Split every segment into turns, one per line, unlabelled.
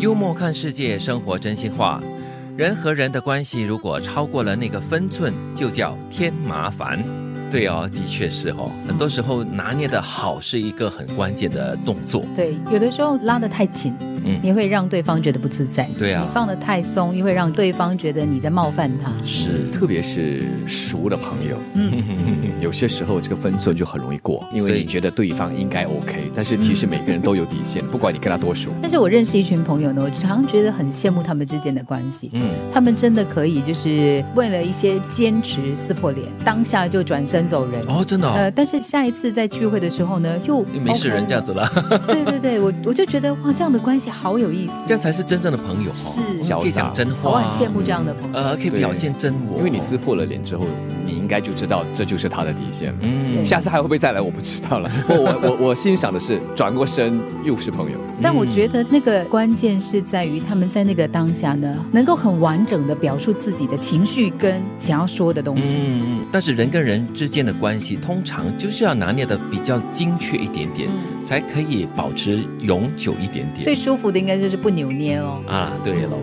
幽默看世界，生活真心话。人和人的关系如果超过了那个分寸，就叫添麻烦。对哦，的确是哦，很多时候拿捏的好是一个很关键的动作。
对，有的时候拉得太紧，
嗯
你会让对方觉得不自在；
对啊
你，放得太松，又会让对方觉得你在冒犯他。
是，
特别是熟的朋友，
嗯
有些时候这个分寸就很容易过，因
嗯所
为
以
你觉得对方应该 OK，但是其实每个人都有 底线，不管你跟他多熟。
但是我认识一群朋友呢，我常常觉得很羡慕他们之间的关系。
嗯，
他们真的可以，就是为了一些坚持撕破脸，当下就转身走人。
哦，真的、哦，
呃，但是下一次在聚会的时候呢，又
没事
OK
人这样子了，
了。对对对，我我就觉得哇，这样的关系好有意思，
这样才是真正的朋友哦，
是
可以讲真啊话，
我很羡慕这样的朋友。
呃，可以表现真我，
因为你撕破了脸之后，你应该就知道这就是他的底线了。
嗯
对
下次还会不会再来？我不 知道了。我我我我欣赏的是转过身又是朋友，
但我觉得
嗯
那个关键是在于他们在那个当下呢，能够很完整的表述自己的情绪跟想要说的东西。
嗯，嗯但是人跟人之间的关系，通常就是要拿捏的比较精确一点点，
嗯
才可以保持永久一点点
最。舒服的应该就是不扭捏哦。
啊，对喽。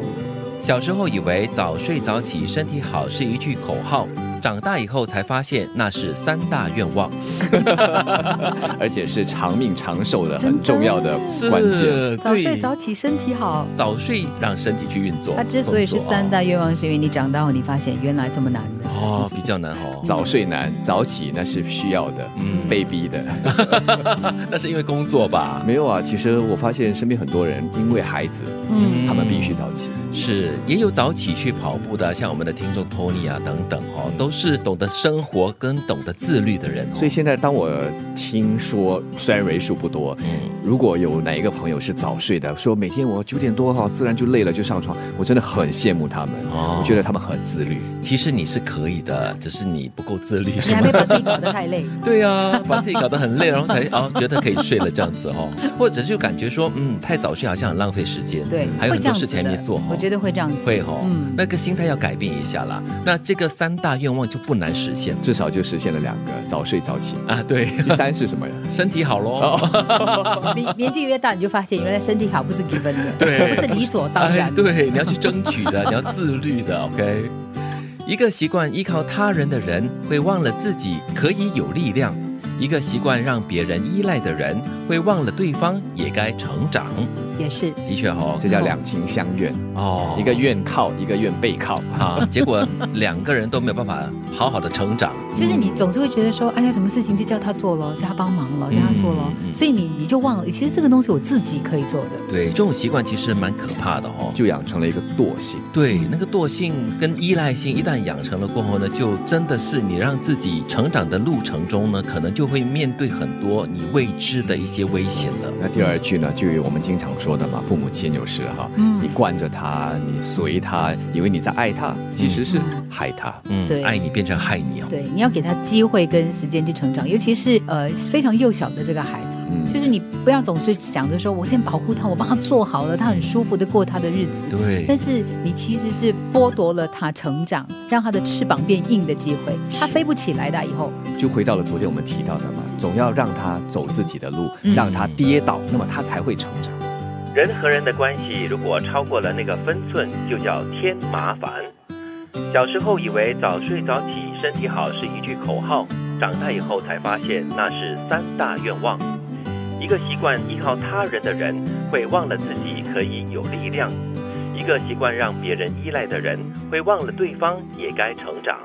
小时候以为早睡早起身体好是一句口号，长大以后才发现那是三大愿望。
而且是长命长寿的
真的
很重要的关键。
对
早睡早起，身体好。
早睡让身体去运作。
它之所以是
工作啊
三大愿望，是因为你长大后你发现原来这么难 的。
哦，比较难哦。
早睡难，早起那是需要的，
嗯
被逼的。
那是因为工作吧？
没有啊，其实我发现身边很多人因为孩子，
嗯
他们必须早起。
是，也有早起去跑步的，像我们的听众 Tony 啊等等哦，都是懂得生活跟懂得自律的人、哦。
所以现在当我听说，虽然为数不多，
嗯，
如果有哪一个朋友是早睡的，说每天我九点多哈，自然就累了就上床，我真的很羡慕他们。
哦
我觉得他们很自律，
其实你是可以的，只是你不够自律，是
你
吗
还？没把自己搞得太累，
对呀、
啊
把自己搞得很累，然后才哦觉得可以睡了这样子 哦，或者就感觉说嗯太早睡好像很浪费时间，
对，
还有很
会这
多
样
事
子
情还没
的
做哦，
我觉
得
得会这样子。
会哦，
嗯
那个心态要改变一下啦。那这个三大愿望就不难实现
至少就实现了两个早睡 早起。
啊，对，
第三是什么呀？
身体好喽。
哦你年纪越大，你就发现原来身体好不是 given 的，
对哎
不是理所当 然。
对，你要去争取 的，你要自律的，OK。一个习惯依靠他人的人，会忘了自己可以有力量；一个习惯让别人依赖的人，会忘了对方也该成长。
也是，
的确哦，
这叫两情相愿，
哦，
一个愿靠，一个愿背靠。
啊，结果两个人都没有办法好好的成长。
就是你总是会觉得说，哎呀，什么事情就叫他做咯，叫他帮忙咯，叫他做咯，
嗯嗯嗯
所以你你就忘了，其实这个东西我自己可以做的。
对，这种习惯其实蛮可怕的哦。
就养成了一个惰性，
对，那个惰性跟依赖性一旦养成了过后呢，就真的是你让自己成长的路程中呢，可能就会面对很多你未知的一些危险了。
那第二句呢，就有我们经常说的嘛，父母亲有时哈，
嗯
嗯
你惯着他，你随他，以为你在爱他，其实是害他。
嗯，
对
爱你变成害你哦。
对，你要给他机会跟时间去成长，尤其是呃非常幼小的这个孩子，
嗯
就是你不要总是想着说，我先保护他，我帮他做好了，他很舒服的过他的日子。
对
但是你其实是剥夺了他成长，让他的翅膀变硬的机会，他飞不起来的。啊以后，
就回到了昨天我们提到的嘛，总要让他走自己的路，
嗯
让他跌倒，那么他才会成长。
人和人的关系如果超过了那个分寸，就叫添麻烦。小时候以为早睡早起、身体好是一句口号，长大以后才发现那是三大愿望。一个习惯依靠他人的人，会忘了自己可以有力量；一个习惯让别人依赖的人，会忘了对方也该成长。